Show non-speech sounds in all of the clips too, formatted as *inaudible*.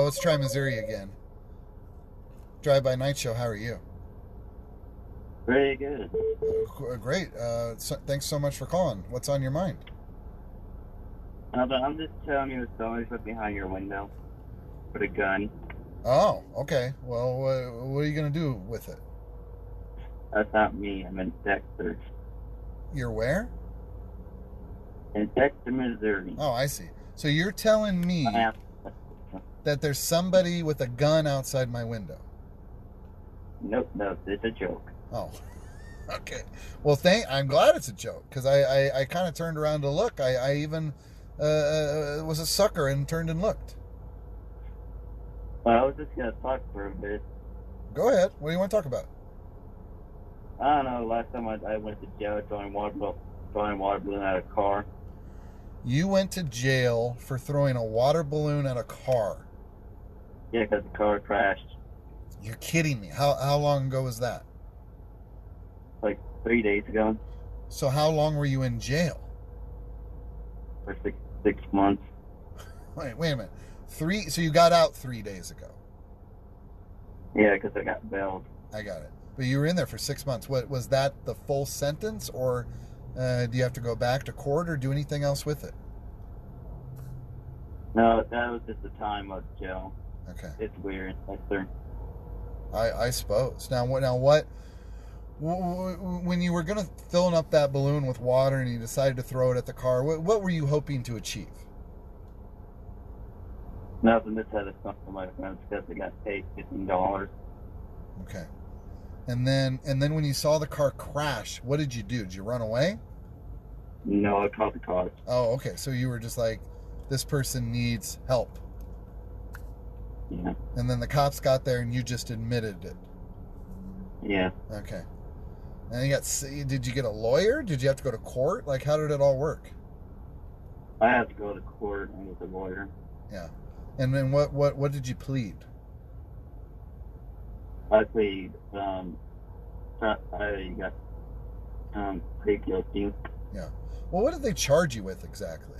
let's try Missouri again. Drive by Night Show, how are you? Very good. Uh, Great. Uh, so, thanks so much for calling. What's on your mind? Uh, but I'm just telling you the story put behind your window with a gun. Oh, okay. Well, wha what are you going to do with it? That's not me. I'm in Dexter. You're where? In Dexter, Missouri. Oh, I see. So you're telling me I have- that there's somebody with a gun outside my window. Nope, nope. It's a joke. Oh, *laughs* okay. Well, thank. I'm glad it's a joke because I I, I kind of turned around to look. I I even uh, uh, was a sucker and turned and looked. Well, I was just gonna talk for a bit. Go ahead. What do you want to talk about? I don't know. Last time I, I went to jail, throwing water, blo- throwing water balloon out of a car. You went to jail for throwing a water balloon at a car. Yeah, 'cause the car crashed You're kidding me. How how long ago was that? like three days ago So how long were you in jail? *laughs* for six six months. Wait wait a minute. Three. So you got out three days ago. Yeah, 'cause I got bailed. I got it. But you were in there for six months. What was that? The full sentence, or uh, do you have to go back to court or do anything else with it? No, that was just the time of jail. Okay. It's weird, Dexter. I, I suppose. Now what? Now what? wh- wh- When you were going to fill up that balloon with water and you decided to throw it at the car, what, what were you hoping to achieve? Nothing. This had a song for my friends 'cause they got paid fifteen dollars. Okay. And then and then when you saw the car crash, what did you do? Did you run away? No, I caught the car. Oh, okay. So you were just like, this person needs help. Yeah, And then the cops got there and you just admitted it. yeah. Okay. And you got s- did you get a lawyer? Did you have to go to court? Like how did it all work? I had to go to court and with a lawyer. And then what what what did you plead? I plead. Um, tra- I got um plead guilty Well, what did they charge you with exactly?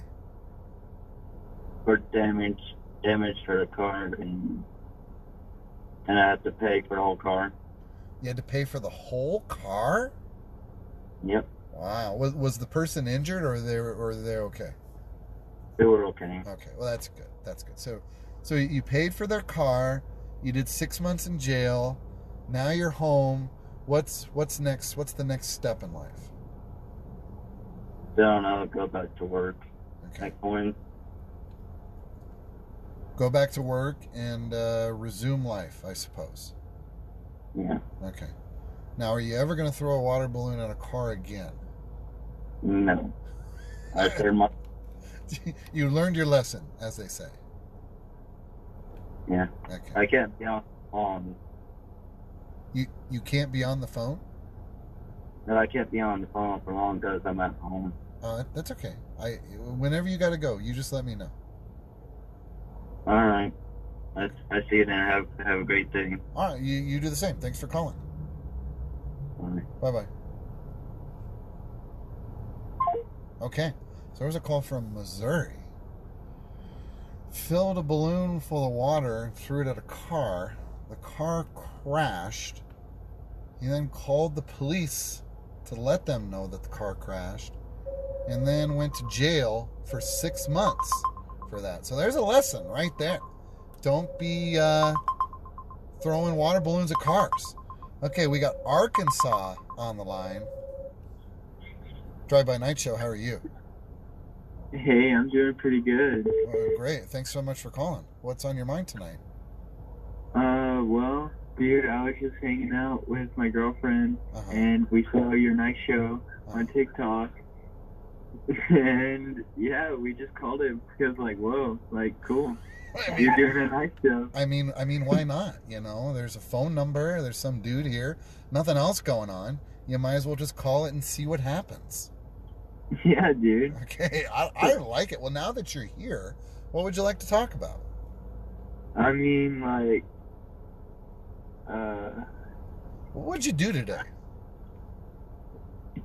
for damage, damage for the car, and and I have to pay for the whole car. You had to pay for the whole car? Yep, Wow. Was, was the person injured or they were, or they okay? they were okay. Okay. Well, that's good. That's good. So so you paid for their car, you did 6 months in jail. Now you're home. What's what's next? What's the next step in life? So now I go back to work Okay. next morning. Go back to work and uh, resume life, I suppose. Yeah. Okay. Now, are you ever going to throw a water balloon at a car again? *laughs* No. I said my you learned your lesson, as they say. Yeah. Okay. I can't be on on. You you can't be on the phone. No, I can't be on the phone for long because I'm at home. Uh, that's okay. I whenever you got to go, you just let me know. All right. I, I see you then. Have have a great day. All right. You you do the same. Thanks for calling. Bye. Bye bye. Okay. So there was a call from Missouri. Filled a balloon full of water and threw it at a car. The car crashed. He then called the police to let them know that the car crashed and then went to jail for six months for that. So there's a lesson right there. Don't be uh, throwing water balloons at cars. Okay, we got Arkansas on the line. Drive by Night Show, how are you? Hey, I'm doing pretty good. Oh, great. Thanks so much for calling. What's on your mind tonight? Uh, well, dude, I was just hanging out with my girlfriend, Uh-huh. and we saw your night show Uh, on TikTok. *laughs* And yeah, we just called it because, like, whoa, like, cool, I mean- you're doing a night show. *laughs* I mean, I mean, why not? You know, there's a phone number. There's some dude here. Nothing else going on. You might as well just call it and see what happens. *laughs* Yeah, dude. Okay, I, I like it. Well, now that you're here, what would you like to talk about? I mean, like, uh, What'd you do today?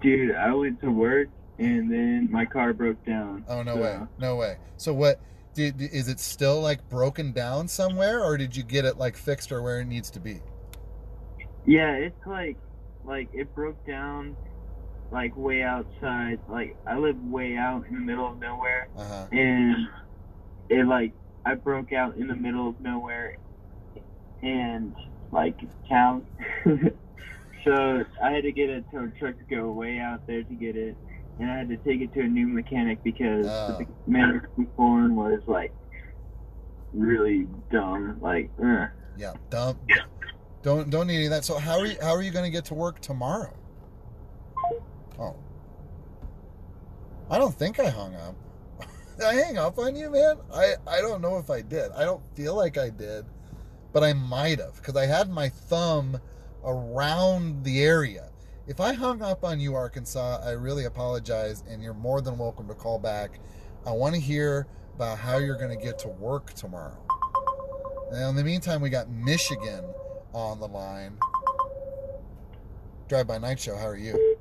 dude, I went to work and then my car broke down. Oh no so- way, no way. So what? Did, is it still like broken down somewhere, or did you get it like fixed or where it needs to be? Yeah, it's like like it broke down like way outside. Like I live way out in the middle of nowhere, Uh huh. and it like I broke out in the middle of nowhere, and like town. *laughs* so I had to get a tow truck to go way out there to get it, and I had to take it to a new mechanic because Oh. the mechanic before was like really dumb. Like, eh. ugh. Yeah. Dump. Don't don't need any of that. So how are you how are you going to get to work tomorrow? Oh. I don't think I hung up. *laughs* Did I hang up on you, man? I I don't know if I did. I don't feel like I did, but I might have because I had my thumb around the area. If I hung up on you, Arkansas, I really apologize, and you're more than welcome to call back. I want to hear about how you're going to get to work tomorrow. Now, in the meantime, we got Michigan on the line. Drive by Night Show, how are you?